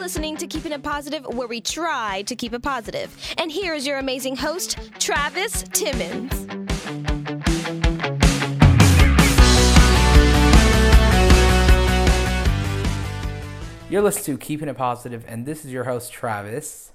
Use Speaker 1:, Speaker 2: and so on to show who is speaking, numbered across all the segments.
Speaker 1: listening to Keeping It Positive, where we try to keep it positive. And here is your amazing host, Travis Timmons.
Speaker 2: You're listening to Keeping It Positive, and this is your host, Travis.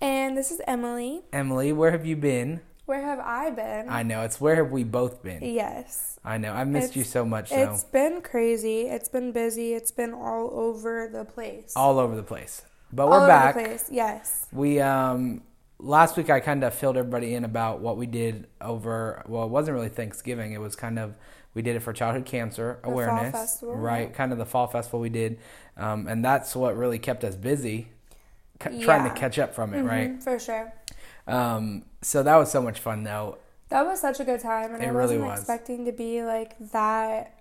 Speaker 3: And this is Emily.
Speaker 2: Emily, where have you been?
Speaker 3: Where have I been?
Speaker 2: I know, it's where have we both been?
Speaker 3: yes.
Speaker 2: I know, I missed you
Speaker 3: It's-
Speaker 2: so much, though.
Speaker 3: It's been crazy. It's been busy. It's been all over the place.
Speaker 2: All over the place. But
Speaker 3: All
Speaker 2: we're
Speaker 3: over
Speaker 2: back.
Speaker 3: the place. Yes.
Speaker 2: We, um, last week I kind of filled everybody in about what we did over, well, it wasn't really Thanksgiving, it was kind of, we did it for childhood cancer
Speaker 3: fall
Speaker 2: awareness.
Speaker 3: festival.
Speaker 2: Right, kind of the fall festival we did. Um, and that's what really kept us busy, c- trying
Speaker 3: Yeah.
Speaker 2: to catch up from it, right?
Speaker 3: Mm-hmm. For sure.
Speaker 2: Um, so that was so much fun, though.
Speaker 3: That was such a good time, and
Speaker 2: It
Speaker 3: I
Speaker 2: really
Speaker 3: wasn't
Speaker 2: was.
Speaker 3: expecting to be like that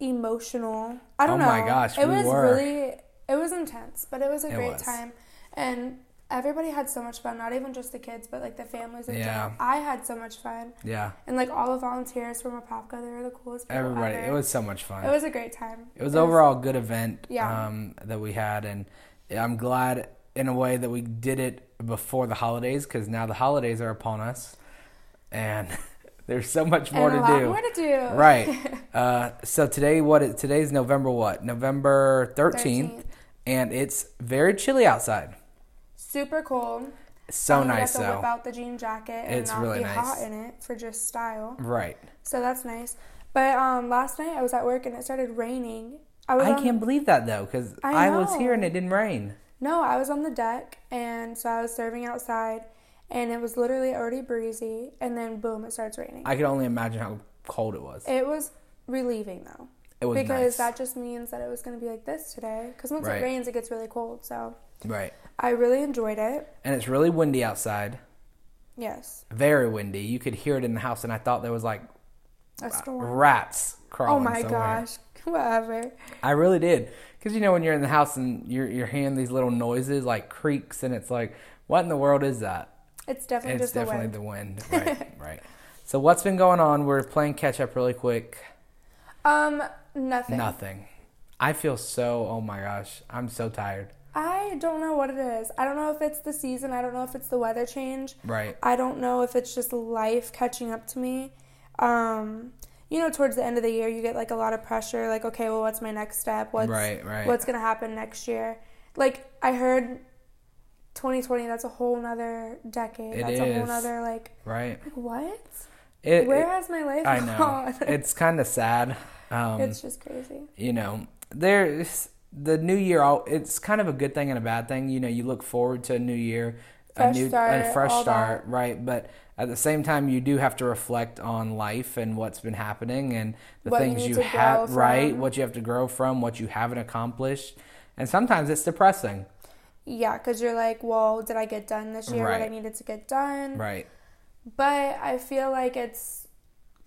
Speaker 3: emotional. I
Speaker 2: Oh
Speaker 3: don't know.
Speaker 2: my gosh,
Speaker 3: it
Speaker 2: we
Speaker 3: was
Speaker 2: were.
Speaker 3: really it was intense, but it was a
Speaker 2: It
Speaker 3: great
Speaker 2: was.
Speaker 3: time, and everybody had so much fun. Not even just the kids, but like the families in
Speaker 2: Yeah.
Speaker 3: general. I had so much fun,
Speaker 2: Yeah,
Speaker 3: and like all the volunteers from Apopka, they were the coolest. People
Speaker 2: everybody.
Speaker 3: ever.
Speaker 2: It was so much fun.
Speaker 3: It was a great time.
Speaker 2: It was overall a good event
Speaker 3: Yeah.
Speaker 2: um, that we had, and I'm glad in a way that we did it before the holidays because now the holidays are upon us, and there's so much more
Speaker 3: and
Speaker 2: to
Speaker 3: a lot
Speaker 2: do.
Speaker 3: more to do.
Speaker 2: Right. uh, so today, what? It, today's November what? November 13th,
Speaker 3: 13th.
Speaker 2: and it's very chilly outside.
Speaker 3: Super cool.
Speaker 2: So
Speaker 3: Finally
Speaker 2: nice
Speaker 3: got Oh, to whip
Speaker 2: though.
Speaker 3: out the jean jacket and
Speaker 2: It's
Speaker 3: not
Speaker 2: really
Speaker 3: be
Speaker 2: nice.
Speaker 3: hot in it for just style.
Speaker 2: Right.
Speaker 3: So that's nice. But um, last night I was at work and it started raining. I was
Speaker 2: I
Speaker 3: on,
Speaker 2: can't believe that though because
Speaker 3: I
Speaker 2: I was here
Speaker 3: know.
Speaker 2: and it didn't rain.
Speaker 3: No, I was on the deck and so I was serving outside and it was literally already breezy and then boom it starts raining.
Speaker 2: I could only imagine how cold it was.
Speaker 3: it was relieving though.
Speaker 2: It was
Speaker 3: because
Speaker 2: nice.
Speaker 3: that just means that it was going to be like this today. Because once
Speaker 2: Right.
Speaker 3: it rains, it gets really cold. So
Speaker 2: right.
Speaker 3: I really enjoyed it.
Speaker 2: And it's really windy outside.
Speaker 3: Yes.
Speaker 2: Very windy. You could hear it in the house, and I thought there was like
Speaker 3: A storm.
Speaker 2: rats
Speaker 3: Oh
Speaker 2: crawling.
Speaker 3: my
Speaker 2: somewhere.
Speaker 3: gosh. Whatever.
Speaker 2: I really did, because you know when you're in the house and you're you're hearing these little noises like creaks, and it's like, what in the world is that?
Speaker 3: It's definitely
Speaker 2: it's
Speaker 3: just the
Speaker 2: definitely
Speaker 3: wind.
Speaker 2: the wind. Right. right. So what's been going on? We're playing catch up really quick.
Speaker 3: um, nothing.
Speaker 2: Nothing. I feel so. Oh my gosh. I'm so tired.
Speaker 3: I don't know what it is. I don't know if it's the season. I don't know if it's the weather change.
Speaker 2: Right.
Speaker 3: I don't know if it's just life catching up to me. Um, you know, towards the end of the year, you get like a lot of pressure. Like, okay, well, what's my next step? What's
Speaker 2: Right, right.
Speaker 3: What's gonna happen next year? Like, I heard 2020. That's a whole nother decade.
Speaker 2: It
Speaker 3: that's a whole
Speaker 2: is.
Speaker 3: nother like
Speaker 2: Right.
Speaker 3: what?
Speaker 2: It,
Speaker 3: Where
Speaker 2: it-
Speaker 3: has my life
Speaker 2: I
Speaker 3: gone?
Speaker 2: know. it's kind of sad. Um,
Speaker 3: it's just crazy.
Speaker 2: you know, there's the new year. al- It's kind of a good thing and a bad thing. You know, you look forward to a new year,
Speaker 3: Fresh
Speaker 2: a new a
Speaker 3: start,
Speaker 2: fresh
Speaker 3: all
Speaker 2: start, right? But at the same time, you do have to reflect on life and what's been happening and the
Speaker 3: What you
Speaker 2: things
Speaker 3: need
Speaker 2: you
Speaker 3: to
Speaker 2: have,
Speaker 3: grow
Speaker 2: right?
Speaker 3: from.
Speaker 2: What you have to grow from, what you haven't accomplished, and sometimes it's depressing,
Speaker 3: Yeah, because you're like, well, did I get done this year? What I
Speaker 2: Right.
Speaker 3: needed to get done?
Speaker 2: right?
Speaker 3: but I feel like it's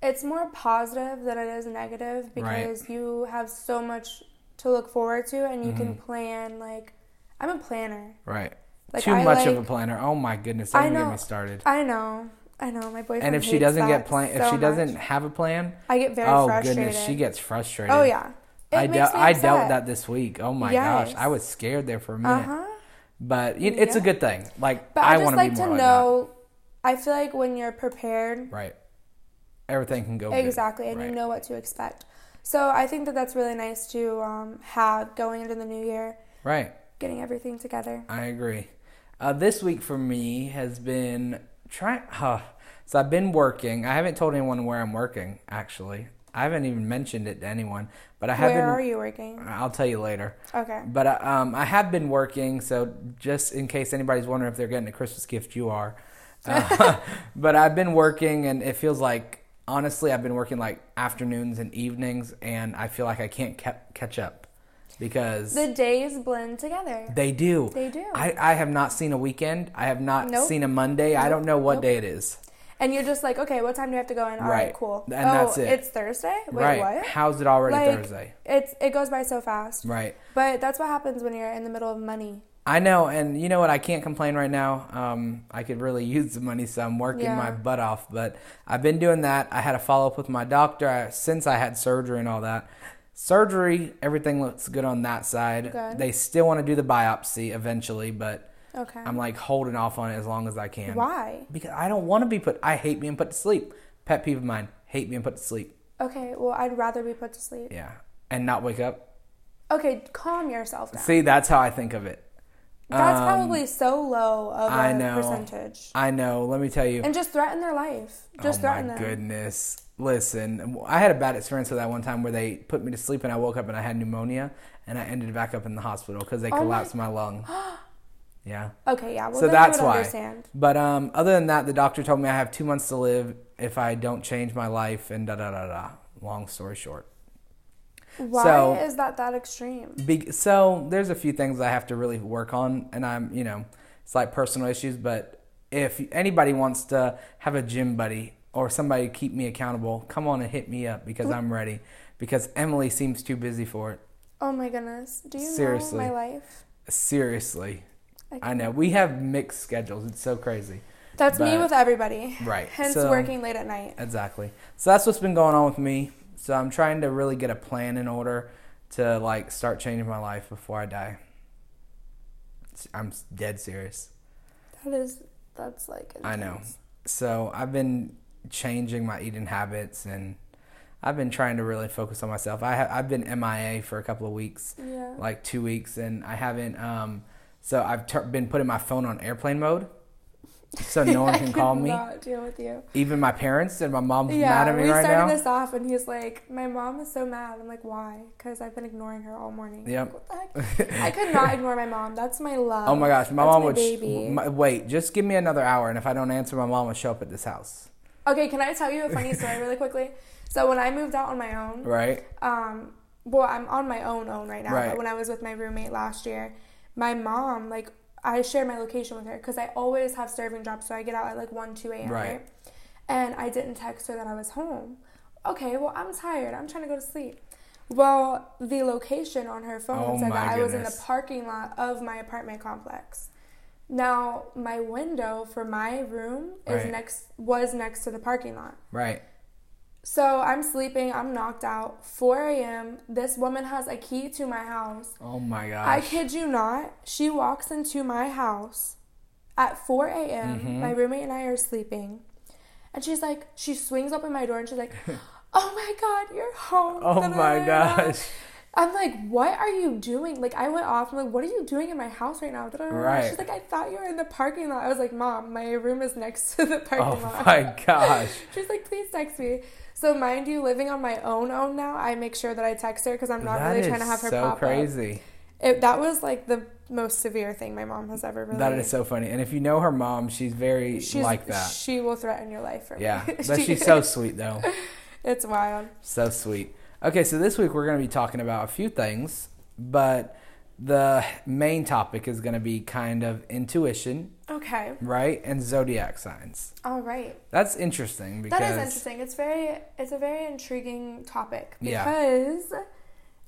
Speaker 3: it's more positive than it is negative because you have so much to look forward to and you
Speaker 2: Mm-hmm.
Speaker 3: can plan like I'm a planner.
Speaker 2: Right.
Speaker 3: Like,
Speaker 2: Too
Speaker 3: I
Speaker 2: much of a
Speaker 3: like-
Speaker 2: planner. Oh my goodness!
Speaker 3: I
Speaker 2: Don't even get
Speaker 3: know.
Speaker 2: me started.
Speaker 3: I know. I know my boyfriend.
Speaker 2: And if she
Speaker 3: hates
Speaker 2: doesn't
Speaker 3: that
Speaker 2: get plan, if
Speaker 3: so
Speaker 2: she doesn't
Speaker 3: much.
Speaker 2: have a plan,
Speaker 3: I get very
Speaker 2: oh
Speaker 3: frustrated.
Speaker 2: goodness, she gets frustrated.
Speaker 3: oh yeah, it
Speaker 2: I,
Speaker 3: makes
Speaker 2: dea-
Speaker 3: me
Speaker 2: I dealt with
Speaker 3: upset.
Speaker 2: that this week. Oh my gosh,
Speaker 3: Yes.
Speaker 2: I was scared there for a minute.
Speaker 3: Uh-huh.
Speaker 2: But you it's a
Speaker 3: Yeah.
Speaker 2: good thing. Like
Speaker 3: But
Speaker 2: I,
Speaker 3: I, just
Speaker 2: want
Speaker 3: like
Speaker 2: be
Speaker 3: to
Speaker 2: more like
Speaker 3: know. I feel like when you're prepared,
Speaker 2: that. Right. Everything can go good.
Speaker 3: Exactly, and
Speaker 2: Right.
Speaker 3: you know what to expect. So I think that that's really nice to um, have going into the new year,
Speaker 2: Right.
Speaker 3: getting everything together.
Speaker 2: I agree. Uh, this week for me has been trying. Huh. So I've been working. I haven't told anyone where I'm working. Actually, I haven't even mentioned it to anyone. But I have
Speaker 3: Where
Speaker 2: been.
Speaker 3: are you working?
Speaker 2: I'll tell you later.
Speaker 3: Okay.
Speaker 2: But uh, um, I have been working, so just in case anybody's wondering if they're getting a Christmas gift, you are. Uh, but I've been working, and it feels like honestly, I've been working like afternoons and evenings, and I feel like I can't ca- catch up because
Speaker 3: The days blend together.
Speaker 2: they do.
Speaker 3: They do.
Speaker 2: I, I have not seen a weekend. I have not
Speaker 3: Nope.
Speaker 2: seen a Monday. I don't know what day it is.
Speaker 3: And you're just like, okay, what time do I have to go in? All right,
Speaker 2: Right.
Speaker 3: cool.
Speaker 2: And
Speaker 3: oh,
Speaker 2: that's it.
Speaker 3: it's Thursday? Wait,
Speaker 2: right?
Speaker 3: what?
Speaker 2: How's it already
Speaker 3: Like,
Speaker 2: Thursday?
Speaker 3: It's it goes by so fast.
Speaker 2: Right.
Speaker 3: But that's what happens when you're in the middle of money.
Speaker 2: I know, and you know what? I can't complain right now. Um, I could really use the money, so I'm working
Speaker 3: Yeah.
Speaker 2: my butt uh, off. But I've been doing that. I had a follow up with my doctor I, since I had surgery and all that. Surgery, everything looks good on that side.
Speaker 3: Good.
Speaker 2: They still want to do the biopsy eventually, but
Speaker 3: Okay.
Speaker 2: I'm like holding off on it as long as I can.
Speaker 3: Why?
Speaker 2: Because I don't want to be put. I hate being put to sleep. Pet peeve of mine: hate being put to sleep.
Speaker 3: Okay, well, I'd rather be put to sleep.
Speaker 2: Yeah, and not wake up.
Speaker 3: Okay, calm yourself down.
Speaker 2: See, that's how I think of it.
Speaker 3: That's
Speaker 2: Um,
Speaker 3: probably so low of
Speaker 2: I
Speaker 3: a
Speaker 2: know.
Speaker 3: percentage.
Speaker 2: I know. Let me tell you.
Speaker 3: And just threaten their life. Just
Speaker 2: oh
Speaker 3: threaten
Speaker 2: my
Speaker 3: them.
Speaker 2: goodness! Listen, I had a bad experience with that one time where they put me to sleep and I woke up and I had pneumonia and I ended back up in the hospital because they
Speaker 3: Oh, my-
Speaker 2: collapsed my lung. yeah.
Speaker 3: Okay, yeah. Well,
Speaker 2: so
Speaker 3: then I
Speaker 2: that's
Speaker 3: would
Speaker 2: why.
Speaker 3: understand.
Speaker 2: But um, other than that, the doctor told me I have two months to live if I don't change my life and da da da da. Long story short.
Speaker 3: Why
Speaker 2: So-
Speaker 3: is that that extreme?
Speaker 2: Big, so there's a few things I have to really work on, and I'm you know, it's like personal issues. But if anybody wants to have a gym buddy or somebody to keep me accountable, come on and hit me up because I'm ready. Because Emily seems too busy for it.
Speaker 3: Oh my goodness. Do you
Speaker 2: Seriously.
Speaker 3: know my life?
Speaker 2: Seriously,
Speaker 3: I
Speaker 2: I know we have mixed schedules. It's so crazy.
Speaker 3: That's me
Speaker 2: But-
Speaker 3: with everybody.
Speaker 2: Right,
Speaker 3: Hence
Speaker 2: so-
Speaker 3: working late at night.
Speaker 2: Exactly. So that's what's been going on with me. So I'm trying to really get a plan in order to like start changing my life before I die. S- I'm s- dead serious.
Speaker 3: That is, that's like.
Speaker 2: I know.
Speaker 3: intense.
Speaker 2: So I've been changing my eating habits and I've been trying to really focus on myself. I ha- I've been MIA for a couple of weeks,
Speaker 3: Yeah.
Speaker 2: like two weeks, and I haven't. Um, so I've tur been putting my phone on airplane mode, so no one can call me.
Speaker 3: Not deal with you.
Speaker 2: Even my parents and my mom's
Speaker 3: Yeah,
Speaker 2: mad at me
Speaker 3: we
Speaker 2: right now.
Speaker 3: started this off, and he's like, "My mom is so mad." I'm like, "Why?" Because I've been ignoring her all morning.
Speaker 2: Yep.
Speaker 3: What the heck? I could not ignore my mom. That's my love.
Speaker 2: Oh my gosh, my
Speaker 3: That's
Speaker 2: mom
Speaker 3: my
Speaker 2: would sh-
Speaker 3: baby.
Speaker 2: my, wait. Just give me another hour, and if I don't answer, my mom will show up at this house,
Speaker 3: okay, can I tell you a funny story really quickly? So when I moved out on my own,
Speaker 2: right?
Speaker 3: um, well, I'm on my own own right now.
Speaker 2: Right.
Speaker 3: But when I was with my roommate last year, my mom like I share my location with her because I always have serving jobs, so I get out at like one, two a.m.
Speaker 2: Right.
Speaker 3: Right. And I didn't text her that I was home. Okay, well I'm tired. I'm trying to go to sleep. Well, the location on her phone
Speaker 2: Oh
Speaker 3: said
Speaker 2: my
Speaker 3: that I was in the
Speaker 2: goodness.
Speaker 3: parking lot of my apartment complex. Now my window for my room is
Speaker 2: Right.
Speaker 3: next was next to the parking lot.
Speaker 2: Right.
Speaker 3: So I'm sleeping, I'm knocked out. 4 a.m. This woman has a key to my house.
Speaker 2: Oh my
Speaker 3: I
Speaker 2: gosh.
Speaker 3: kid you not, she walks into my house at 4 a.m.
Speaker 2: Mm-hmm.
Speaker 3: My roommate and I are sleeping. And she's like, she swings open my door and she's like, Oh my god, you're home.
Speaker 2: oh my
Speaker 3: Da-da-da-da-da.
Speaker 2: gosh.
Speaker 3: I'm like, what are you doing? Like, I went off. I'm like, what are you doing in my house right now? Da-da-da-da.
Speaker 2: Right.
Speaker 3: She's like, I thought you were in the parking lot. I was like, Mom, my room is next to the parking
Speaker 2: Oh
Speaker 3: lot.
Speaker 2: my gosh.
Speaker 3: She's like, please text me. So mind you, living on my own own now, I make sure that I text her because I'm not
Speaker 2: That
Speaker 3: really
Speaker 2: is
Speaker 3: trying to have her
Speaker 2: so
Speaker 3: pop up.
Speaker 2: crazy.
Speaker 3: It, that was like the most severe thing my mom has ever really.
Speaker 2: That is so funny. And if you know her mom, she's very
Speaker 3: she's,
Speaker 2: like that.
Speaker 3: She will threaten your life for
Speaker 2: Yeah,
Speaker 3: me.
Speaker 2: but
Speaker 3: She-
Speaker 2: she's so sweet though.
Speaker 3: It's wild.
Speaker 2: So sweet. Okay, so this week we're going to be talking about a few things, but the main topic is going to be kind of intuition,
Speaker 3: Okay.
Speaker 2: right? And zodiac signs.
Speaker 3: All right.
Speaker 2: That's interesting because
Speaker 3: That is interesting. It's very. It's a very intriguing topic
Speaker 2: Yeah.
Speaker 3: because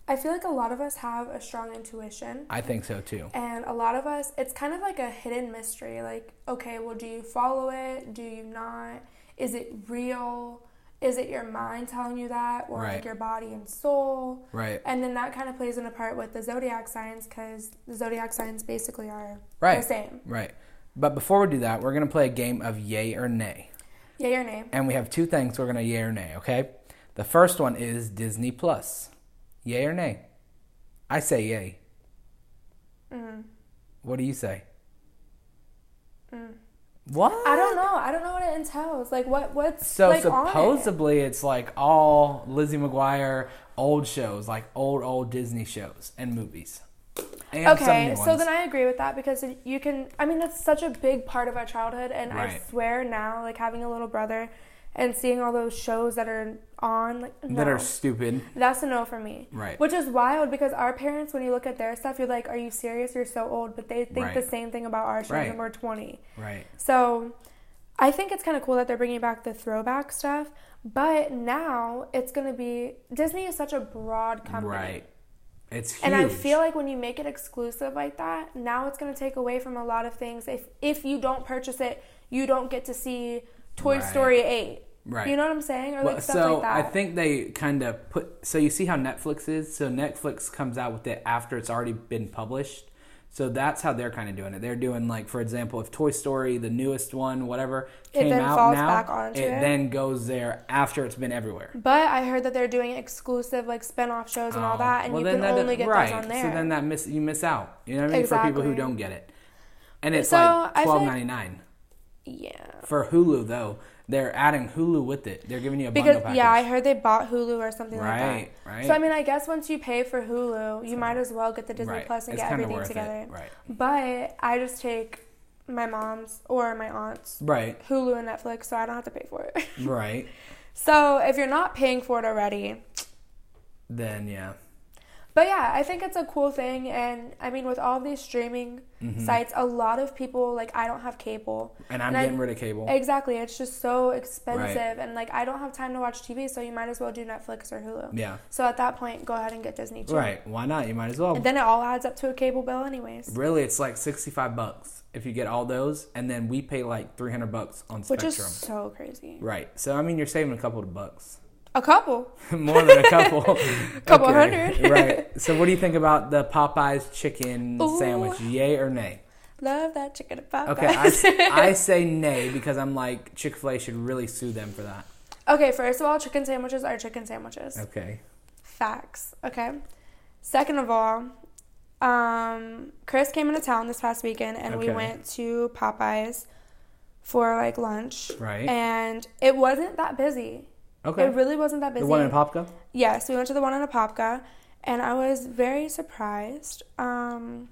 Speaker 3: I feel like a lot of us have a strong intuition.
Speaker 2: I think so too.
Speaker 3: And a lot of us, it's kind of like a hidden mystery. Like, okay, well, do you follow it? Do you not? Is it real? Is it your mind telling you that? Or
Speaker 2: Right.
Speaker 3: like your body and soul?
Speaker 2: Right.
Speaker 3: And then that kind of plays in a part with the zodiac signs because the zodiac signs basically are
Speaker 2: Right.
Speaker 3: the same.
Speaker 2: Right. But before we do that, we're going to play a game of yay or nay.
Speaker 3: Yay or nay?
Speaker 2: And we have two things we're going to yay or nay, okay? The first one is Disney Plus. Yay or nay? I say yay.
Speaker 3: Mm.
Speaker 2: What do you say? What?
Speaker 3: Mm. I don't know. I don't know what it entails. Like, what? What's
Speaker 2: So
Speaker 3: like on it?
Speaker 2: supposedly it's like all Lizzie McGuire old shows, like old old Disney shows and movies. And
Speaker 3: Okay, so then I agree with that because you can. I mean, that's such a big part of our childhood, and I
Speaker 2: Right.
Speaker 3: swear now, like having a little brother and seeing all those shows that are on, like, no,
Speaker 2: that are stupid.
Speaker 3: that's a no for me.
Speaker 2: Right.
Speaker 3: Which is wild because our parents, when you look at their stuff, you're like, "Are you serious? You're so old." But they think the
Speaker 2: Right.
Speaker 3: same thing about our shows,
Speaker 2: Right.
Speaker 3: and we're 20.
Speaker 2: Right.
Speaker 3: So I think it's kind of cool that they're bringing back the throwback stuff, but now it's going to be Disney is such a broad company.
Speaker 2: Right. It's huge.
Speaker 3: And I feel like when you make it exclusive like that, now it's going to take away from a lot of things. If if you don't purchase it, you don't get to see Toy
Speaker 2: Right.
Speaker 3: Story 8.
Speaker 2: Right.
Speaker 3: You know what I'm saying? Or like
Speaker 2: Well,
Speaker 3: stuff
Speaker 2: so
Speaker 3: like that.
Speaker 2: I think they kind of put. So you see how Netflix is. So Netflix comes out with it after it's already been published. So that's how they're kind of doing it. They're doing like, for example, if Toy Story, the newest one, whatever,
Speaker 3: It
Speaker 2: came
Speaker 3: then
Speaker 2: out
Speaker 3: falls
Speaker 2: now,
Speaker 3: back onto
Speaker 2: it
Speaker 3: it.
Speaker 2: then goes there after it's been everywhere.
Speaker 3: but I heard that they're doing exclusive like spin-off shows and all that, and
Speaker 2: Oh, Well,
Speaker 3: you can
Speaker 2: that-
Speaker 3: only get
Speaker 2: right.
Speaker 3: those on there.
Speaker 2: So then that miss you miss out. You know what I mean? For people who
Speaker 3: Exactly.
Speaker 2: don't get it, and it's
Speaker 3: So, I
Speaker 2: like
Speaker 3: feel like-
Speaker 2: twelve ninety nine
Speaker 3: yeah.
Speaker 2: for Hulu though. They're adding Hulu with it. They're giving you a
Speaker 3: Because
Speaker 2: bundle package.
Speaker 3: yeah, I heard they bought Hulu or something
Speaker 2: Right,
Speaker 3: like that.
Speaker 2: right.
Speaker 3: So I mean, I guess once you pay for Hulu, you might as well get the Disney
Speaker 2: Right.
Speaker 3: Plus and
Speaker 2: It's
Speaker 3: get
Speaker 2: kinda
Speaker 3: everything
Speaker 2: worth it,
Speaker 3: together.
Speaker 2: right.
Speaker 3: But I just take my mom's or my aunt's
Speaker 2: right,
Speaker 3: Hulu and Netflix, so I don't have to pay for it.
Speaker 2: right.
Speaker 3: so if you're not paying for it already,
Speaker 2: Then yeah,
Speaker 3: but yeah, I think it's a cool thing. And I mean, with all these streaming sites, a lot of people like I don't have cable,
Speaker 2: Mm-hmm. and I'm
Speaker 3: I-
Speaker 2: getting rid of cable.
Speaker 3: Exactly, it's just so expensive, and like I don't have time to watch TV, so you might as well do Netflix or Hulu.
Speaker 2: Yeah.
Speaker 3: So at that point, go ahead and get Disney too.
Speaker 2: Right. Why not? You might as well.
Speaker 3: And then it all adds up to a cable bill, anyways.
Speaker 2: really, it's like sixty-five bucks if you get all those, and then we pay like three hundred bucks on
Speaker 3: Which
Speaker 2: Spectrum.
Speaker 3: is so crazy.
Speaker 2: Right. So I mean, you're saving a couple of bucks,
Speaker 3: A couple.
Speaker 2: more than a couple,
Speaker 3: Couple
Speaker 2: Okay.
Speaker 3: hundred.
Speaker 2: right. So what do you think about the Popeyes chicken
Speaker 3: Ooh.
Speaker 2: sandwich? Yay or nay?
Speaker 3: Love that chicken and pop.
Speaker 2: Okay, I, I say nay because I'm like Chick Fil A should really sue them for that.
Speaker 3: okay, first of all, chicken sandwiches are chicken sandwiches.
Speaker 2: Okay.
Speaker 3: Facts. Okay. Second of all, um, Chris came into town this past weekend and we
Speaker 2: Okay.
Speaker 3: went to Popeyes for like lunch.
Speaker 2: Right.
Speaker 3: And it wasn't that busy.
Speaker 2: Okay.
Speaker 3: It really wasn't that busy.
Speaker 2: the one in Popco.
Speaker 3: Yes, we went to the one in Apopka, and I was very surprised. Um,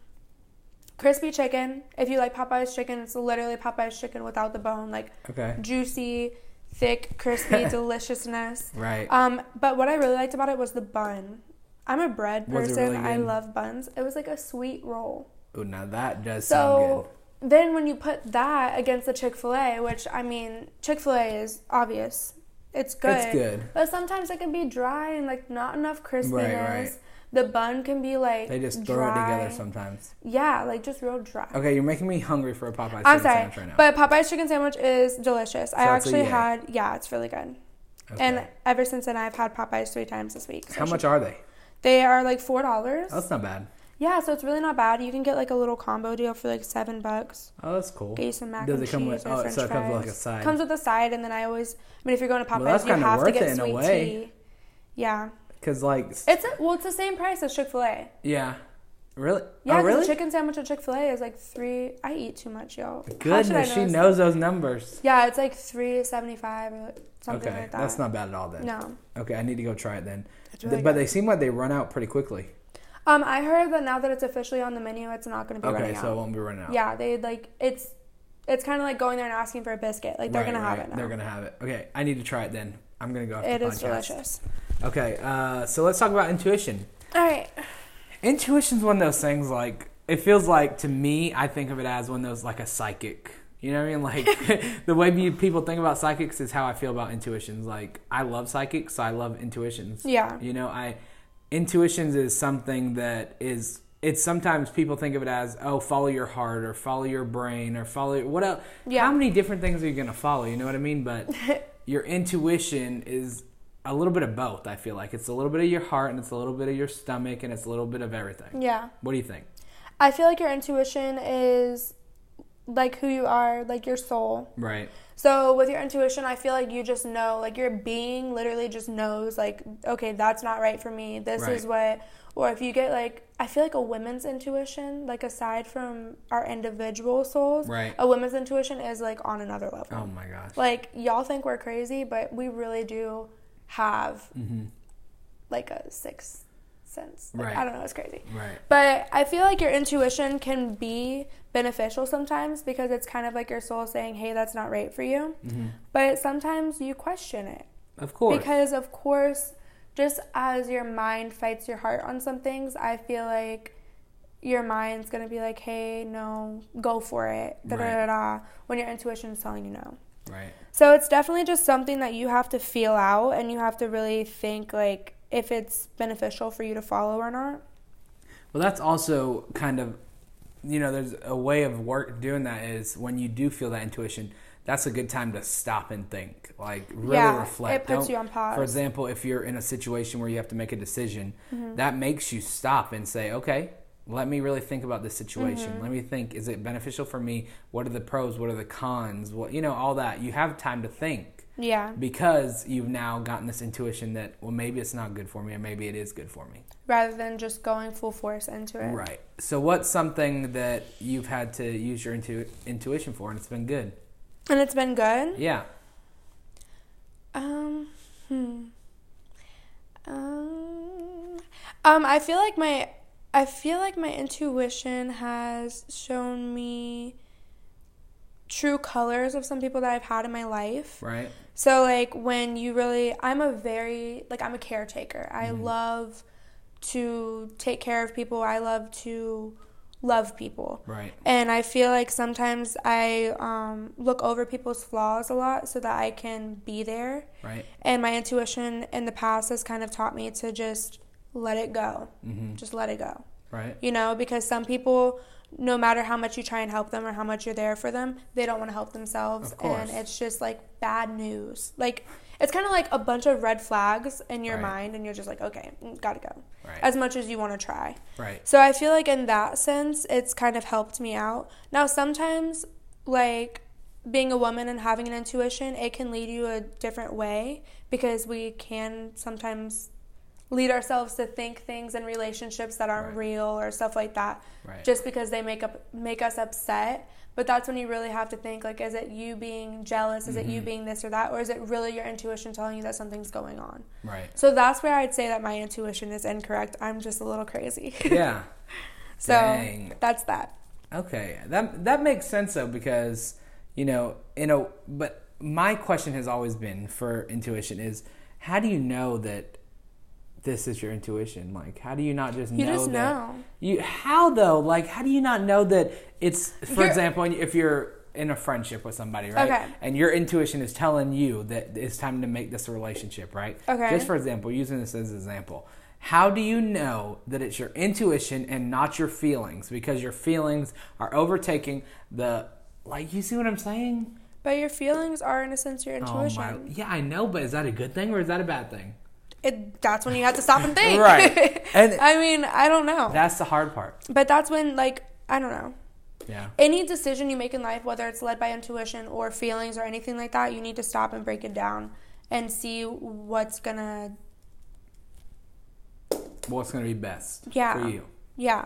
Speaker 3: crispy chicken. If you like Popeye's chicken, it's literally Popeye's chicken without the bone, like
Speaker 2: Okay.
Speaker 3: juicy, thick, crispy deliciousness.
Speaker 2: Right.
Speaker 3: Um, but what I really liked about it was the bun. I'm a bread
Speaker 2: Was it
Speaker 3: person.
Speaker 2: really
Speaker 3: I
Speaker 2: good?
Speaker 3: love buns. It was like a sweet roll.
Speaker 2: Ooh, now that does sound
Speaker 3: So
Speaker 2: good.
Speaker 3: then when you put that against the Chick fil A, which I mean, Chick fil A is obvious. It's good.
Speaker 2: It's good.
Speaker 3: But sometimes it can be dry and like not enough crispiness. The bun can be like
Speaker 2: They just throw it
Speaker 3: dry.
Speaker 2: together sometimes.
Speaker 3: Yeah, like just real dry.
Speaker 2: Okay, you're making me hungry for a Popeye
Speaker 3: I'm
Speaker 2: chicken
Speaker 3: sorry,
Speaker 2: sandwich right now.
Speaker 3: but Popeye's chicken sandwich is delicious. I
Speaker 2: So it's a
Speaker 3: actually
Speaker 2: yay.
Speaker 3: had, yeah, it's really good.
Speaker 2: Okay.
Speaker 3: And ever since then, I've had Popeyes three times this week. so
Speaker 2: how
Speaker 3: she-
Speaker 2: much are they?
Speaker 3: They are like four dollars.
Speaker 2: Oh, that's not bad.
Speaker 3: Yeah, so it's really not bad. You can get like a little combo deal for like seven bucks.
Speaker 2: Oh, that's cool.
Speaker 3: Get you some mac
Speaker 2: Does
Speaker 3: and
Speaker 2: it come
Speaker 3: cheese
Speaker 2: with-
Speaker 3: or
Speaker 2: oh,
Speaker 3: French
Speaker 2: so it comes with, like,
Speaker 3: fries.
Speaker 2: a side.
Speaker 3: Comes with a side, and then I always. I mean, if you're going to Popeyes,
Speaker 2: that's
Speaker 3: you
Speaker 2: kinda
Speaker 3: have to
Speaker 2: worth
Speaker 3: get
Speaker 2: it in a
Speaker 3: sweet
Speaker 2: way.
Speaker 3: tea. Yeah,
Speaker 2: Cause like, s-
Speaker 3: it's a, well, it's the same price as Chick Fil A.
Speaker 2: yeah, really?
Speaker 3: Yeah,
Speaker 2: oh,
Speaker 3: 'cause
Speaker 2: really?
Speaker 3: a chicken sandwich at Chick Fil A is like three. I eat too much, y'all. How should I
Speaker 2: Goodness,
Speaker 3: know
Speaker 2: she
Speaker 3: this?
Speaker 2: knows those numbers.
Speaker 3: Yeah, it's like three seventy five or like something
Speaker 2: Okay,
Speaker 3: like that.
Speaker 2: that's not bad at all then.
Speaker 3: No.
Speaker 2: Okay, I need to go try it then.
Speaker 3: It's
Speaker 2: Th-
Speaker 3: really
Speaker 2: but
Speaker 3: good.
Speaker 2: they seem like they run out pretty quickly.
Speaker 3: Um, I heard that now that it's officially on the menu, it's not going to be
Speaker 2: Okay,
Speaker 3: running
Speaker 2: so it
Speaker 3: out.
Speaker 2: won't be running out.
Speaker 3: Yeah, they like it's. It's kind of like going there and asking for a biscuit. Like they're
Speaker 2: Right,
Speaker 3: gonna have
Speaker 2: right,
Speaker 3: it now.
Speaker 2: They're gonna have it. Okay, I need to try it then. I'm gonna go. After
Speaker 3: It
Speaker 2: the
Speaker 3: is
Speaker 2: podcast.
Speaker 3: delicious.
Speaker 2: Okay, uh, so let's talk about intuition.
Speaker 3: All right.
Speaker 2: Intuition's one of those things like it feels like to me, I think of it as one of those like a psychic. You know what I mean? Like the way you, people think about psychics is how I feel about intuitions. Like I love psychics, so I love intuitions.
Speaker 3: Yeah.
Speaker 2: You know, I intuitions is something that is it's sometimes people think of it as oh follow your heart or follow your brain or follow what else
Speaker 3: Yeah.
Speaker 2: how many different things are you going to follow you know what i mean but your intuition is a little bit of both i feel like it's a little bit of your heart and it's a little bit of your stomach and it's a little bit of everything
Speaker 3: Yeah.
Speaker 2: what do you think
Speaker 3: I feel like your intuition is like who you are, like your soul.
Speaker 2: right
Speaker 3: So with your intuition, I feel like you just know, like your being literally just knows, like, okay, that's not right for me. This
Speaker 2: Right.
Speaker 3: is what, or if you get like, I feel like a woman's intuition, like aside from our individual souls,
Speaker 2: Right.
Speaker 3: a woman's intuition is like on another level.
Speaker 2: oh my gosh
Speaker 3: Like y'all think we're crazy, but we really do have like a sixth sense. Like,
Speaker 2: Mm-hmm. Right.
Speaker 3: I don't know, it's crazy.
Speaker 2: right
Speaker 3: But I feel like your intuition can be beneficial sometimes because it's kind of like your soul saying, hey, that's not right for you. But sometimes you question it.
Speaker 2: Mm-hmm. of course
Speaker 3: Because, of course, just as your mind fights your heart on some things, I feel like your mind's going to be like, hey, no, go for it, da da da
Speaker 2: Right.
Speaker 3: da, when your intuition is telling you no.
Speaker 2: right
Speaker 3: So it's definitely just something that you have to feel out and you have to really think, like, if it's beneficial for you to follow or not.
Speaker 2: Well, that's also kind of, you know, there's a way of work doing that is when you do feel that intuition, that's a good time to stop and think. Like really
Speaker 3: Yeah,
Speaker 2: reflect.
Speaker 3: it puts
Speaker 2: Don't-
Speaker 3: you on pause.
Speaker 2: For example, if you're in a situation where you have to make a decision,
Speaker 3: Mm-hmm.
Speaker 2: that makes you stop and say, "Okay, let me really think about this situation.
Speaker 3: Mm-hmm.
Speaker 2: Let me think: is it beneficial for me? What are the pros? What are the cons? What you know, all that. You have time to think
Speaker 3: Yeah.
Speaker 2: because you've now gotten this intuition that well, maybe it's not good for me, or maybe it is good for me.
Speaker 3: Rather than just going full force into it.
Speaker 2: Right. So, what's something that you've had to use your intu- intuition for, and it's been good?
Speaker 3: And it's been good.
Speaker 2: Yeah.
Speaker 3: Um, hmm. Um, um, I feel like my, I feel like my intuition has shown me true colors of some people that I've had in my life.
Speaker 2: Right.
Speaker 3: So like when you really, I'm a very like I'm a caretaker. I love to take care of people. I love to love people.
Speaker 2: Right.
Speaker 3: And I feel like sometimes I um, look over people's flaws a lot so that I can be there.
Speaker 2: Right.
Speaker 3: And my intuition in the past has kind of taught me to just let it go. Just let it go.
Speaker 2: Right.
Speaker 3: You know, because some people, no matter how much you try and help them or how much you're there for them, they don't want to help themselves.
Speaker 2: Of course.
Speaker 3: And it's just like bad news. Like, it's kind of like a bunch of red flags in your
Speaker 2: Right.
Speaker 3: mind, and you're just like, okay, mm, gotta go.
Speaker 2: Right.
Speaker 3: As much as you want to try.
Speaker 2: Right.
Speaker 3: So I feel like in that sense, it's kind of helped me out. Now, sometimes, like being a woman and having an intuition, it can lead you a different way because we can sometimes lead ourselves to think things in relationships that aren't
Speaker 2: Right.
Speaker 3: real or stuff like that
Speaker 2: Right.
Speaker 3: just because they make up make us upset but that's when you really have to think like is it you being jealous is it
Speaker 2: Mm-hmm.
Speaker 3: you being this or that or is it really your intuition telling you that something's going on
Speaker 2: Right.
Speaker 3: so that's where i'd say that my intuition is incorrect i'm just a little crazy
Speaker 2: Yeah.
Speaker 3: So
Speaker 2: Dang.
Speaker 3: that's that.
Speaker 2: Okay, that that makes sense though because you know in a but my question has always been for intuition is how do you know that this is your intuition? Like how do you not just know
Speaker 3: just
Speaker 2: that
Speaker 3: know.
Speaker 2: you how though like how do you not know that it's for
Speaker 3: You're-
Speaker 2: example if you're in a friendship with somebody right
Speaker 3: Okay.
Speaker 2: and your intuition is telling you that it's time to make this a relationship right
Speaker 3: Okay.
Speaker 2: just for example using this as an example how do you know that it's your intuition and not your feelings because your feelings are overtaking the like you see what i'm saying
Speaker 3: But your feelings are, in a sense,
Speaker 2: Oh
Speaker 3: your intuition.
Speaker 2: yeah i know but is that a good thing or is that a bad thing
Speaker 3: It, that's when you have to stop and think.
Speaker 2: Right. And-
Speaker 3: I mean, I don't know.
Speaker 2: that's the hard part
Speaker 3: but that's when, like, I don't know.
Speaker 2: yeah
Speaker 3: Any decision you make in life, whether it's led by intuition or feelings or anything like that, you need to stop and break it down and see what's gonna,
Speaker 2: what's gonna be best
Speaker 3: Yeah.
Speaker 2: for you
Speaker 3: yeah.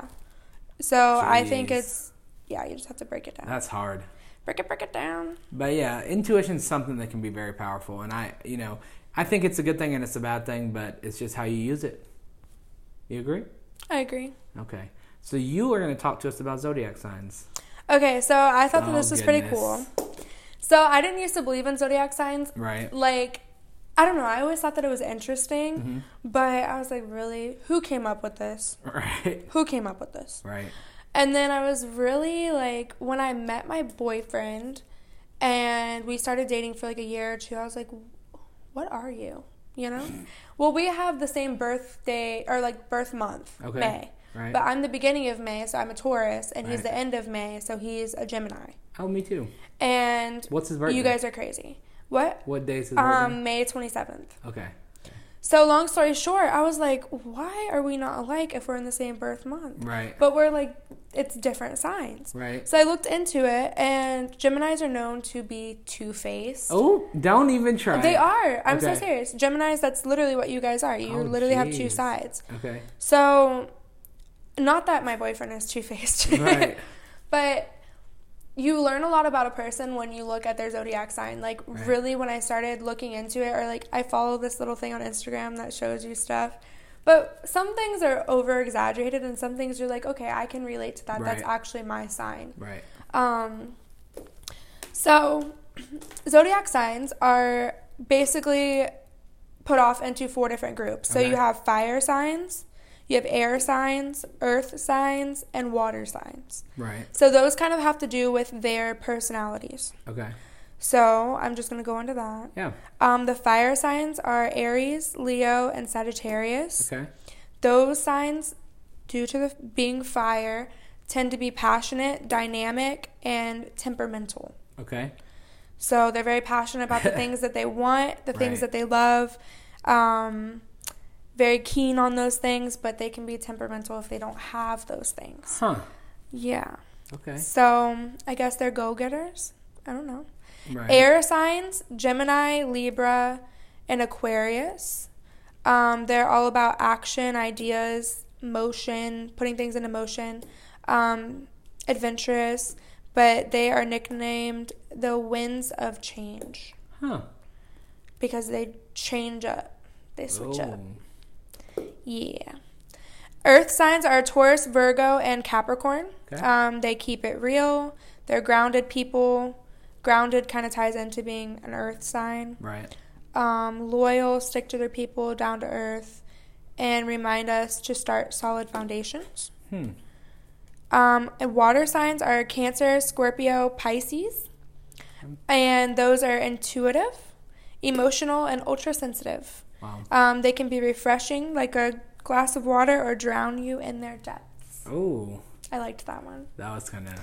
Speaker 3: So I think
Speaker 2: Jeez.
Speaker 3: it's, yeah, you just have to break it down.
Speaker 2: that's hard
Speaker 3: break it, break it down.
Speaker 2: But yeah, intuition's something that can be very powerful, and I, you know, I think it's a good thing and it's a bad thing, but it's just how you use it. You agree?
Speaker 3: I agree.
Speaker 2: Okay. So you are going to talk to us about zodiac signs.
Speaker 3: Okay, so I thought that
Speaker 2: Oh,
Speaker 3: this was pretty cool.
Speaker 2: goodness.
Speaker 3: So I didn't used to believe in zodiac signs.
Speaker 2: Right.
Speaker 3: Like, I don't know. I always thought that it was interesting,
Speaker 2: Mm-hmm.
Speaker 3: but I was like, really? Who came up with this?
Speaker 2: Right.
Speaker 3: Who came up with this?
Speaker 2: Right.
Speaker 3: And then I was really like, when I met my boyfriend and we started dating for like a year or two, I was like, what are you? You know? well, we have the same birthday or like birth month,
Speaker 2: Okay.
Speaker 3: May.
Speaker 2: Right.
Speaker 3: But I'm the beginning of May, so I'm a Taurus, and he's
Speaker 2: Right.
Speaker 3: the end of May, so he's a Gemini.
Speaker 2: Oh, me too.
Speaker 3: And
Speaker 2: What's his birthday?
Speaker 3: you guys are crazy. What?
Speaker 2: What day is his
Speaker 3: Um, May 27th.
Speaker 2: birthday? Okay.
Speaker 3: So long story short, I was like, why are we not alike if we're in the same birth month?
Speaker 2: Right.
Speaker 3: But we're like, it's different signs.
Speaker 2: Right.
Speaker 3: So I looked into it, and Geminis are known to be two faced.
Speaker 2: oh, don't even try.
Speaker 3: They are. I'm so
Speaker 2: Okay.
Speaker 3: serious. Geminis, that's literally what you guys are. You
Speaker 2: Oh,
Speaker 3: literally have two
Speaker 2: jeez.
Speaker 3: sides.
Speaker 2: Okay.
Speaker 3: So, not that my boyfriend is two faced.
Speaker 2: Right.
Speaker 3: But you learn a lot about a person when you look at their zodiac sign. Like
Speaker 2: Right.
Speaker 3: really when I started looking into it or like I follow this little thing on Instagram that shows you stuff. But some things are over exaggerated and some things you're like, okay, I can relate to that. That's
Speaker 2: Right.
Speaker 3: actually my sign.
Speaker 2: Right.
Speaker 3: Um so zodiac signs are basically put off into four different groups. So
Speaker 2: Okay.
Speaker 3: you have fire signs, you have air signs, earth signs, and water signs.
Speaker 2: Right.
Speaker 3: So those kind of have to do with their personalities.
Speaker 2: Okay.
Speaker 3: So I'm just gonna go into that.
Speaker 2: Yeah.
Speaker 3: Um, the fire signs are Aries, Leo, and Sagittarius.
Speaker 2: Okay.
Speaker 3: Those signs, due to the being fire, tend to be passionate, dynamic, and temperamental.
Speaker 2: Okay.
Speaker 3: So they're very passionate about the things that they want, the things
Speaker 2: Right.
Speaker 3: that they love. Um, very keen on those things, but they can be temperamental if they don't have those things.
Speaker 2: Huh.
Speaker 3: Yeah.
Speaker 2: Okay.
Speaker 3: So I guess they're go getters. I don't know.
Speaker 2: Right.
Speaker 3: Air signs Gemini, Libra, and Aquarius. Um, they're all about action, ideas, motion, putting things into motion, um, adventurous, but they are nicknamed the winds of change
Speaker 2: Huh.
Speaker 3: because they change up, they switch up.
Speaker 2: Ooh.
Speaker 3: Yeah. Earth signs are Taurus, Virgo, and Capricorn.
Speaker 2: Okay.
Speaker 3: Um, they keep it real. They're grounded people. Grounded kind of ties into being an earth sign.
Speaker 2: Right.
Speaker 3: Um, loyal, stick to their people, down to earth, and remind us to start solid foundations.
Speaker 2: Hmm.
Speaker 3: Um, and water signs are Cancer, Scorpio, Pisces.
Speaker 2: Hmm.
Speaker 3: And those are intuitive, emotional, and ultra sensitive.
Speaker 2: Wow.
Speaker 3: Um, they can be refreshing, like a glass of water, or drown you in their depths.
Speaker 2: Ooh,
Speaker 3: I liked that one.
Speaker 2: Oh, that was kind of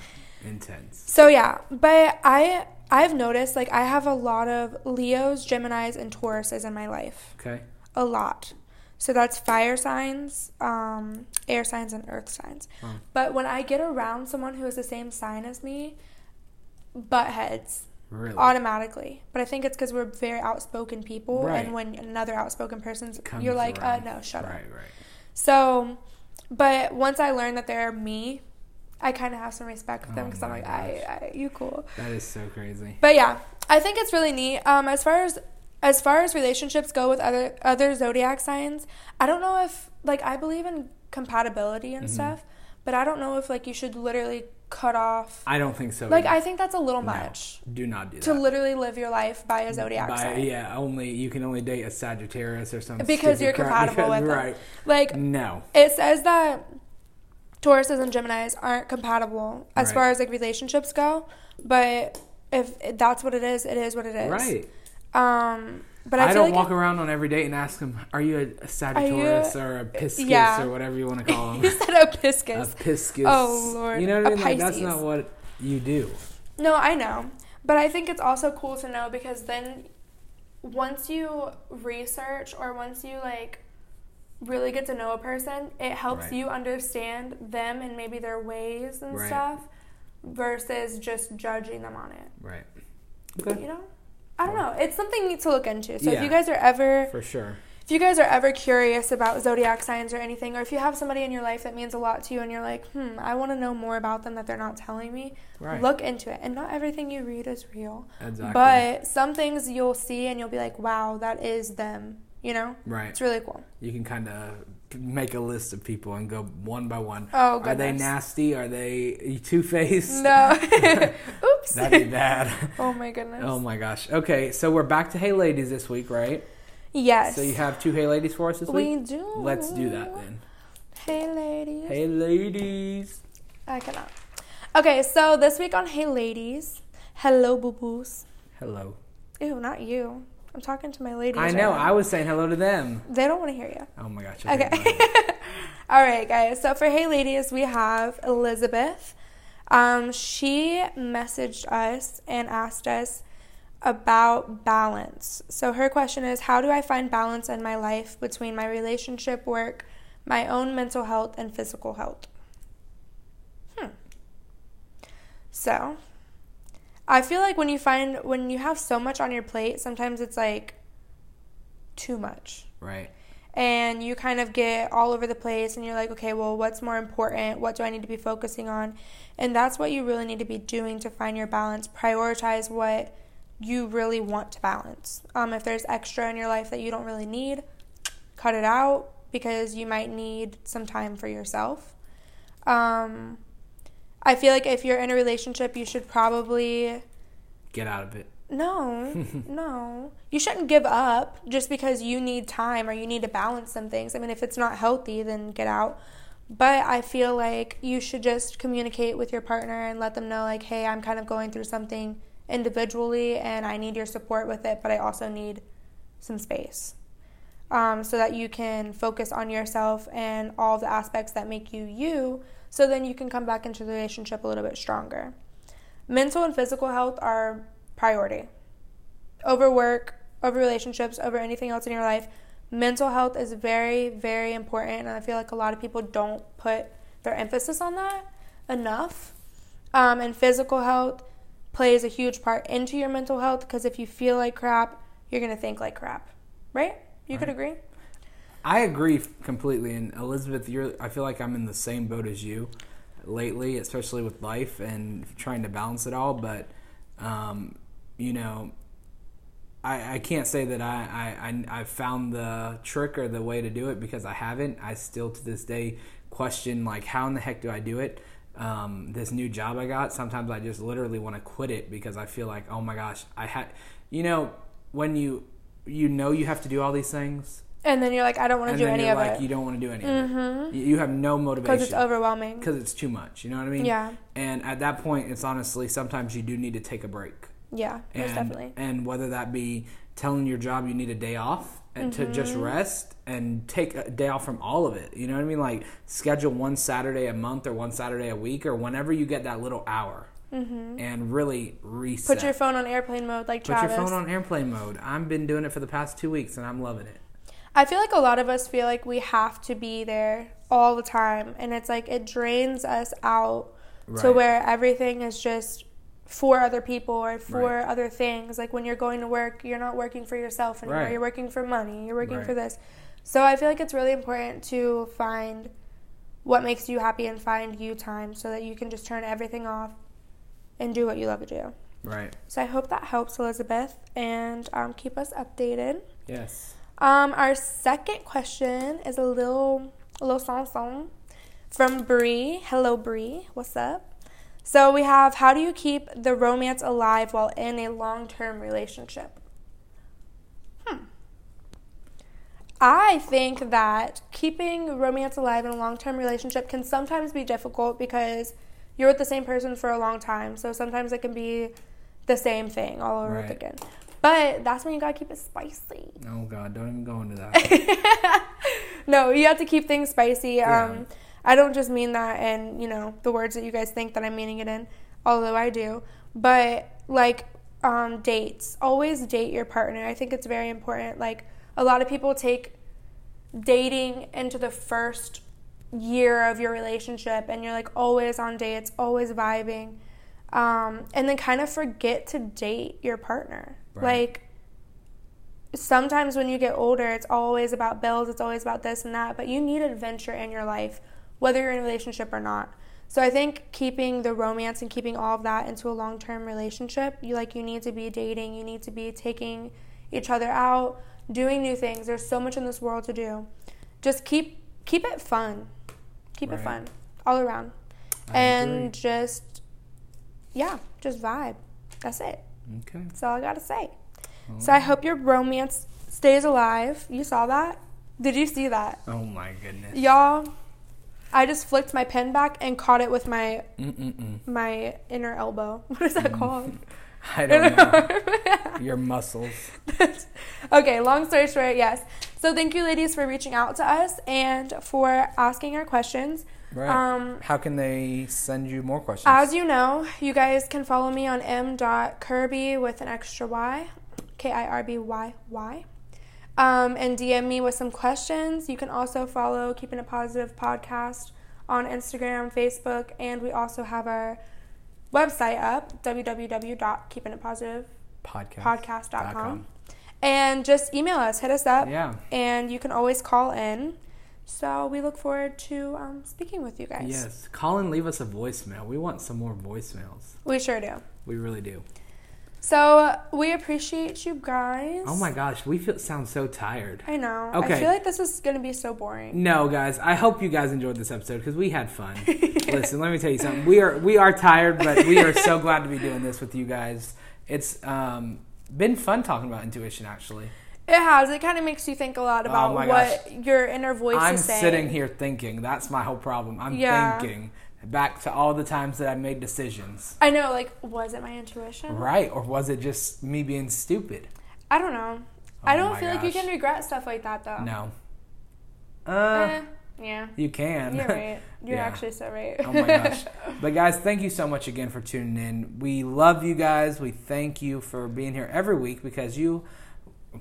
Speaker 2: intense.
Speaker 3: So yeah, but I I've noticed like I have a lot of Leos, Geminis, and Tauruses in my life,
Speaker 2: Okay.
Speaker 3: a lot. So that's fire signs, um, air signs, and earth signs.
Speaker 2: Hmm.
Speaker 3: But when I get around someone who is the same sign as me, butt heads
Speaker 2: Really.
Speaker 3: automatically. But I think it's because we're very outspoken people,
Speaker 2: Right.
Speaker 3: and when another outspoken person's,
Speaker 2: Comes
Speaker 3: you're like, uh,
Speaker 2: around.
Speaker 3: no, shut up.
Speaker 2: right. Right.
Speaker 3: So, but once I learned that they're me, I kind of have some respect for them
Speaker 2: Oh
Speaker 3: because I'm
Speaker 2: my
Speaker 3: like, I, I, you cool.
Speaker 2: That is so crazy.
Speaker 3: But yeah, I think it's really neat. Um, as far as as far as relationships go with other other zodiac signs, I don't know if like I believe in compatibility
Speaker 2: Mm-hmm.
Speaker 3: and stuff, but I don't know if like you should literally cut off.
Speaker 2: I don't think so.
Speaker 3: Like
Speaker 2: either.
Speaker 3: I think that's a little
Speaker 2: No.
Speaker 3: much
Speaker 2: Do not do that.
Speaker 3: to literally live your life by a zodiac
Speaker 2: By-
Speaker 3: sign
Speaker 2: yeah, only you can only date a Sagittarius or something.
Speaker 3: because you're compatible with them.
Speaker 2: right?
Speaker 3: Like
Speaker 2: No,
Speaker 3: it says that Tauruses and Geminis aren't compatible as
Speaker 2: Right.
Speaker 3: far as like relationships go, but if that's what it is, it is what it is.
Speaker 2: right?
Speaker 3: Um, but I,
Speaker 2: I,
Speaker 3: feel
Speaker 2: don't
Speaker 3: like
Speaker 2: walk
Speaker 3: it-
Speaker 2: around on every date and ask them, "Are you a- a Sagittarius or a Pisces
Speaker 3: uh, yeah.
Speaker 2: or whatever you want to call
Speaker 3: you
Speaker 2: them?"
Speaker 3: said a
Speaker 2: a
Speaker 3: piscis.
Speaker 2: Pisces.
Speaker 3: Oh, Lord.
Speaker 2: You know what I
Speaker 3: A
Speaker 2: mean? Like, that's
Speaker 3: Pisces.
Speaker 2: not what you do.
Speaker 3: No, I know, but I think it's also cool to know because then once you research or once you like really get to know a person, it helps
Speaker 2: Right.
Speaker 3: you understand them and maybe their ways and
Speaker 2: Right.
Speaker 3: stuff versus just judging them on it.
Speaker 2: Right. Okay.
Speaker 3: you know i don't know it's something neat to look into so if
Speaker 2: Yeah.
Speaker 3: you guys are ever
Speaker 2: For sure.
Speaker 3: if you guys are ever curious about zodiac signs or anything or if you have somebody in your life that means a lot to you and you're like hmm i want to know more about them that they're not telling me
Speaker 2: Right.
Speaker 3: look into it and not everything you read is real
Speaker 2: Exactly.
Speaker 3: but some things you'll see and you'll be like wow that is them you know
Speaker 2: right.
Speaker 3: it's really cool
Speaker 2: you can kind of make a list of people and go one by one.
Speaker 3: Oh,
Speaker 2: Are they
Speaker 3: goodness.
Speaker 2: nasty? Are they two faced?
Speaker 3: no oops
Speaker 2: That'd be bad.
Speaker 3: oh my goodness
Speaker 2: oh my gosh. Okay, so we're back to Hey Ladies this week, right?
Speaker 3: yes
Speaker 2: So you have two Hey Ladies for us this
Speaker 3: we
Speaker 2: week?
Speaker 3: do
Speaker 2: Let's do that then.
Speaker 3: hey ladies
Speaker 2: Hey Ladies.
Speaker 3: I cannot. Okay, so this week on Hey Ladies, hello boo boos.
Speaker 2: Hello.
Speaker 3: Ew, not you. I'm talking to my ladies.
Speaker 2: I
Speaker 3: right
Speaker 2: know.
Speaker 3: now.
Speaker 2: I was saying hello to them.
Speaker 3: they don't want to hear you.
Speaker 2: Oh my gosh.
Speaker 3: Okay.
Speaker 2: go ahead.
Speaker 3: All right, guys. So for Hey Ladies, we have Elizabeth. Um, she messaged us and asked us about balance. So her question is How do I find balance in my life between my relationship, work, my own mental health, and physical health? Hmm. So I feel like when you find, when you have so much on your plate, sometimes it's like too much
Speaker 2: right.
Speaker 3: and you kind of get all over the place and you're like okay well what's more important what do i need to be focusing on and that's what you really need to be doing to find your balance prioritize what you really want to balance um, if there's extra in your life that you don't really need cut it out because you might need some time for yourself um, i feel like if you're in a relationship you should probably
Speaker 2: Get out of it.
Speaker 3: no, no. You shouldn't give up just because you need time or you need to balance some things. I mean, if it's not healthy, then get out. But I feel like you should just communicate with your partner and let them know, like, hey, I'm kind of going through something individually and I need your support with it, but I also need some space um, so that you can focus on yourself and all the aspects that make you you. So then you can come back into the relationship a little bit stronger mental and physical health are priority over work, over relationships, over anything else in your life. Mental health is very, very important, and I feel like a lot of people don't put their emphasis on that enough. Um, and physical health plays a huge part into your mental health because if you feel like crap, you're gonna think like crap, right? You could agree.
Speaker 2: I agree completely, and Elizabeth, you're. I feel like I'm in the same boat as you lately, especially with life and trying to balance it all. But um, you know, I, I can't say that I, I I I've found the trick or the way to do it because I haven't. I still to this day question like, how in the heck do I do it? Um, this new job I got, sometimes I just literally want to quit it because I feel like, oh my gosh, I had, you know, when you you know you have to do all these things
Speaker 3: And then you're like, I don't want to
Speaker 2: and
Speaker 3: do
Speaker 2: then
Speaker 3: any
Speaker 2: you're
Speaker 3: of
Speaker 2: like
Speaker 3: it
Speaker 2: you don't want to do any of it. You- You have no motivation
Speaker 3: because it's overwhelming.
Speaker 2: because it's too much. You know what I mean?
Speaker 3: Yeah.
Speaker 2: And at that point, it's honestly sometimes you do need to take a break.
Speaker 3: Yeah,
Speaker 2: And,
Speaker 3: most definitely.
Speaker 2: And whether that be telling your job you need a day off and to just
Speaker 3: Mm-hmm.
Speaker 2: rest and take a day off from all of it. You know what I mean? Like schedule one Saturday a month or one Saturday a week or whenever you get that little hour and really reset.
Speaker 3: Mm-hmm. Put your phone on airplane mode, like
Speaker 2: Put your
Speaker 3: Travis.
Speaker 2: phone on airplane mode. I've been doing it for the past two weeks and I'm loving it.
Speaker 3: I feel like a lot of us feel like we have to be there all the time, and it's like it drains us out to
Speaker 2: Right.
Speaker 3: where everything is just for other people or for
Speaker 2: Right.
Speaker 3: other things. Like when you're going to work, you're not working for yourself anymore.
Speaker 2: Right.
Speaker 3: You're working for money. You're working for
Speaker 2: Right.
Speaker 3: this. So I feel like it's really important to find what makes you happy and find you time so that you can just turn everything off and do what you love to do.
Speaker 2: Right.
Speaker 3: So I hope that helps, Elizabeth, and um, keep us updated.
Speaker 2: Yes.
Speaker 3: Um, our second question is a little, a little song song from Bree. Hello, Bree. What's up? So we have, how do you keep the romance alive while in a long-term relationship? Hmm. I think that keeping romance alive in a long term relationship can sometimes be difficult because you're with the same person for a long time. So sometimes it can be the same thing all over
Speaker 2: Right.
Speaker 3: again. But that's when you gotta keep it spicy.
Speaker 2: Oh God, don't even go into that.
Speaker 3: No, you have to keep things spicy.
Speaker 2: Yeah.
Speaker 3: Um, I don't just mean that in, you know, the words that you guys think that I'm meaning it in, although I do. But, like, um, dates. Always date your partner. I think it's very important. Like, a lot of people take dating into the first year of your relationship and you're like always on dates, always vibing. Um, and then kind of forget to date your partner.
Speaker 2: Right.
Speaker 3: Like sometimes when you get older, it's always about bills, it's always about this and that, but you need adventure in your life, whether you're in a relationship or not. So I think keeping the romance and keeping all of that into a long-term relationship, you like you need to be dating, you need to be taking each other out, doing new things. There's so much in this world to do. Just keep keep it fun. Keep it
Speaker 2: Right.
Speaker 3: fun all around. and just yeah, just vibe. That's it.
Speaker 2: okay.
Speaker 3: That's all I gotta say. So I hope your romance stays alive. You saw that? Did you see that?
Speaker 2: Oh my goodness.
Speaker 3: Y'all, I just flicked my pen back and caught it with my
Speaker 2: Mm-mm-mm.
Speaker 3: my inner elbow. What is that called?
Speaker 2: I don't know. Your muscles.
Speaker 3: okay, long story short, yes. So thank you ladies for reaching out to us and for asking our questions.
Speaker 2: Right.
Speaker 3: Um,
Speaker 2: How can they send you more questions?
Speaker 3: As you know, you guys can follow me on m.kirby with an extra y, K I R B Y Y, um, and DM me with some questions. You can also follow Keeping It Positive podcast on Instagram, Facebook, and we also have our website up, www.keepingitpositivepodcast.com.
Speaker 2: podcast.
Speaker 3: And just email us, hit us up,
Speaker 2: Yeah.
Speaker 3: and you can always call in. So we look forward to um, speaking with you guys.
Speaker 2: Yes. Call and leave us a voicemail. We want some more voicemails.
Speaker 3: We sure do.
Speaker 2: We really do.
Speaker 3: So we appreciate you guys.
Speaker 2: Oh my gosh, we feel sound so tired.
Speaker 3: I know. I
Speaker 2: Okay.
Speaker 3: feel like this is gonna be so boring.
Speaker 2: No, guys, I hope you guys enjoyed this episode because we had fun. Listen, let me tell you something. We are we are tired, but we are so glad to be doing this with you guys. It's um, been fun talking about intuition. Actually,
Speaker 3: It has. It kind of makes you think a lot about
Speaker 2: Oh my
Speaker 3: what
Speaker 2: gosh.
Speaker 3: your inner voice
Speaker 2: I'm
Speaker 3: is saying.
Speaker 2: sitting here thinking. That's my whole problem. I'm
Speaker 3: Yeah.
Speaker 2: thinking back to all the times that I made decisions.
Speaker 3: I know. Like, was it my intuition?
Speaker 2: Right, or was it just me being stupid?
Speaker 3: I don't know. I
Speaker 2: Oh
Speaker 3: don't
Speaker 2: my
Speaker 3: feel like you
Speaker 2: gosh.
Speaker 3: can regret stuff like that though.
Speaker 2: No.
Speaker 3: Eh, Yeah.
Speaker 2: Uh, You can.
Speaker 3: You're right. You're
Speaker 2: Yeah.
Speaker 3: actually so right.
Speaker 2: oh my gosh. But guys, thank you so much again for tuning in. We love you guys. We thank you for being here every week because you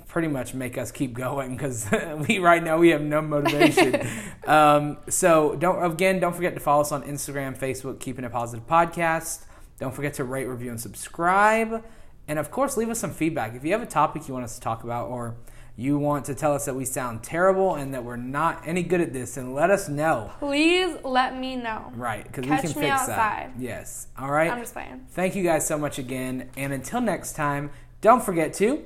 Speaker 2: pretty much make us keep going because we right now we have no motivation. um, so don't again don't forget to follow us on Instagram, Facebook, Keeping It Positive Podcast. Don't forget to rate, review, and subscribe. And of course, leave us some feedback. If you have a topic you want us to talk about or you want to tell us that we sound terrible and that we're not any good at this, and let us know.
Speaker 3: Please let me know.
Speaker 2: Right, because we
Speaker 3: Catch
Speaker 2: can
Speaker 3: me
Speaker 2: fix that.
Speaker 3: outside.
Speaker 2: Yes. All right.
Speaker 3: I'm just playing.
Speaker 2: Thank you guys so much again. And until next time, don't forget to